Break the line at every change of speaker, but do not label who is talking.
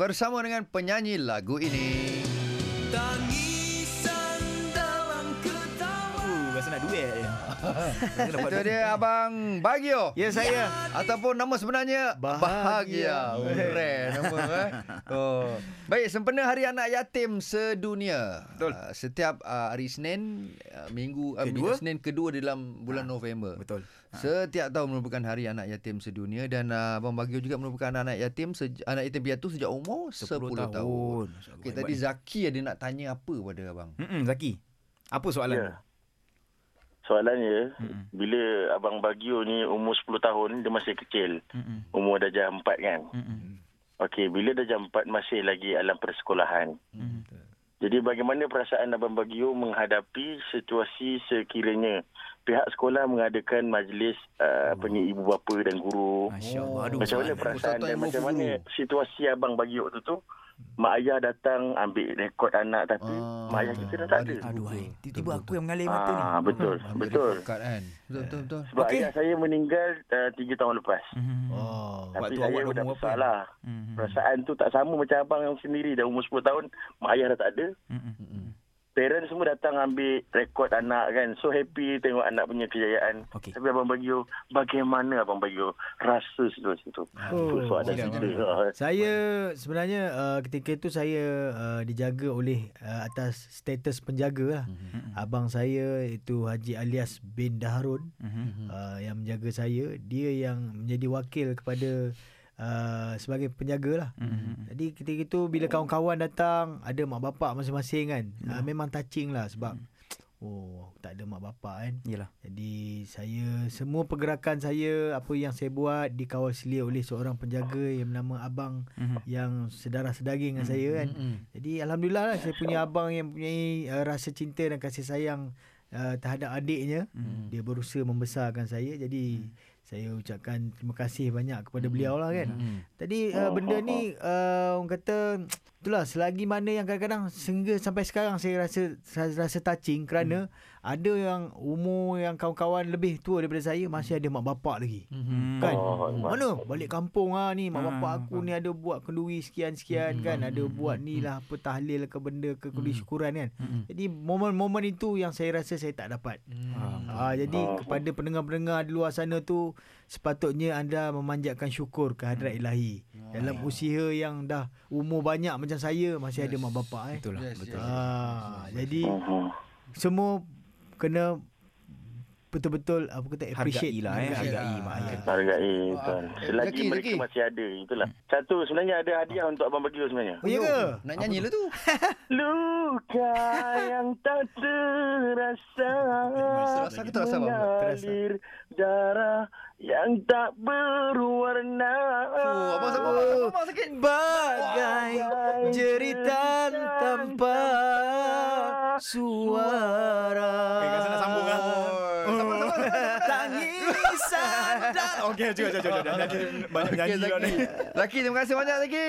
bersama dengan penyanyi lagu ini.
Tangisan dalam ketawa
Uh, rasa nak duet je. Rasa nak buat
Itu
duet.
dia Abang Bagio.
Ya saya.
Ataupun nama sebenarnya Bahagia.
Bahagia.
Oh, Rare nama eh. Oh. Baik, sempena Hari Anak Yatim sedunia.
Betul.
Uh, setiap uh, hari Senin, uh, minggu uh,
Kedua. Ah,
Senin kedua di dalam bulan November.
Betul. Ah.
Setiap tahun merupakan Hari Anak Yatim Sedunia dan uh, Abang Bagio juga merupakan anak yatim seja, anak yatim piatu sejak umur 10,
10
tahun.
tahun.
Okey, tadi Zaki ada nak tanya apa pada abang?
Hmm, Zaki. Apa soalan?
Ya. Soalannya,
Mm-mm.
bila Abang Bagio ni umur 10 tahun, dia masih kecil.
Hmm.
Umur darjah 4 kan?
Hmm.
Okey, bila darjah 4 masih lagi alam persekolahan.
Hmm.
Jadi bagaimana perasaan Abang Bagio menghadapi situasi sekiranya pihak sekolah mengadakan majlis uh, apa ni ibu bapa dan guru.
Masya-Allah.
Oh.
Aduh.
Macam mana
soalan.
perasaan
Ustaz
dan
Taimur
macam
Guru.
mana situasi Abang Bagio tu tu? Mak ayah datang ambil rekod anak tapi
Ah,
mak ayah kita dah tak ada.
Aduh, hai. tiba-tiba
Betul,
aku yang mengalir mata ni.
Ah, betul, betul.
Dekat kan. Betul betul betul.
Sebab
Okey.
okay. ayah saya meninggal uh, 3 tahun lepas.
Hmm.
Oh.
Waktu
Tapi saya
awak
dah
umur
besar
berapa?
lah.
Hmm.
Perasaan tu tak sama macam abang yang sendiri. Dah umur 10 tahun, mak ayah dah tak ada.
Hmm.
Mm-mm.
Parents semua datang ambil rekod anak kan. So happy tengok anak punya kejayaan.
Okey.
Tapi abang Bagio, bagaimana abang Bagio rasa situasi tu?
Oh,
Itu soalan
silakan,
kita.
Saya sebenarnya uh, ketika itu saya uh, dijaga oleh uh, atas status penjaga lah. Abang saya itu Haji Alias bin Daharun
Hmm.
uh, yang menjaga saya. Dia yang menjadi wakil kepada uh, sebagai penjaga lah. Jadi ketika itu bila kawan-kawan datang ada mak bapak masing-masing kan. Uh, memang touching lah sebab oh aku tak ada mak bapak kan.
Yalah.
Jadi saya semua pergerakan saya apa yang saya buat dikawal selia oleh seorang penjaga yang bernama abang
Mhm.
yang sedara sedaging dengan saya kan. Jadi alhamdulillah lah saya punya abang yang mempunyai uh, rasa cinta dan kasih sayang uh, terhadap adiknya.
Mhm.
Dia berusaha membesarkan saya. Jadi saya ucapkan terima kasih banyak
Mhm.
kepada beliau lah kan. Tadi uh, benda ni uh, orang kata itulah selagi mana yang kadang-kadang sehingga sampai sekarang saya rasa saya rasa touching
Mhm.
kerana ada yang umur yang kawan-kawan lebih tua daripada saya masih ada mak bapak lagi.
Mm-hmm.
Hmm.
Kan?
Oh,
Mana balik kampung ah ni mak
Ah,
bapak aku ni ada buat kenduri sekian-sekian kan
Hmm,
ada buat ni lah apa tahlil ke benda ke kenduri syukuran kan.
Hmm,
Jadi momen-momen itu yang saya rasa saya tak dapat. Ah,
Hmm.
jadi kepada pendengar-pendengar di luar sana tu sepatutnya anda memanjatkan syukur kehadrat
Hmm.
ilahi. Dalam usia yang dah umur banyak macam saya masih ada mak bapak eh.
Betul lah.
Yes,
Betul.
yes. Hmm.
Ah, jadi
Mhm.
semua kena betul-betul apa kata appreciate
Hargai lah eh.
Appreciate
Hargai
lah.
mak ayah.
Hargai
Ah,
kan.
eh,
Selagi
Zaki,
mereka
Zaki.
masih ada Itulah Satu sebenarnya ada hadiah Untuk Abang Bagio sebenarnya
Oh, ya ke?
Nak nyanyi lah tu.
Luka yang tak terasa
Terasa ke terasa, Abang?
Mengalir darah yang tak berwarna
Oh, abang sama abang, abang sakit.
Bagai jeritan tanpa suara.
Eh, rasa nak sambung lah. Sama, sama, sama, sama.
Tangisan dan... Okey, cukup, cukup, cukup. Dah, dah, dah. Banyak
Okey,
nyanyi lah
Zaki.
ni.
Zaki, terima kasih banyak Zaki.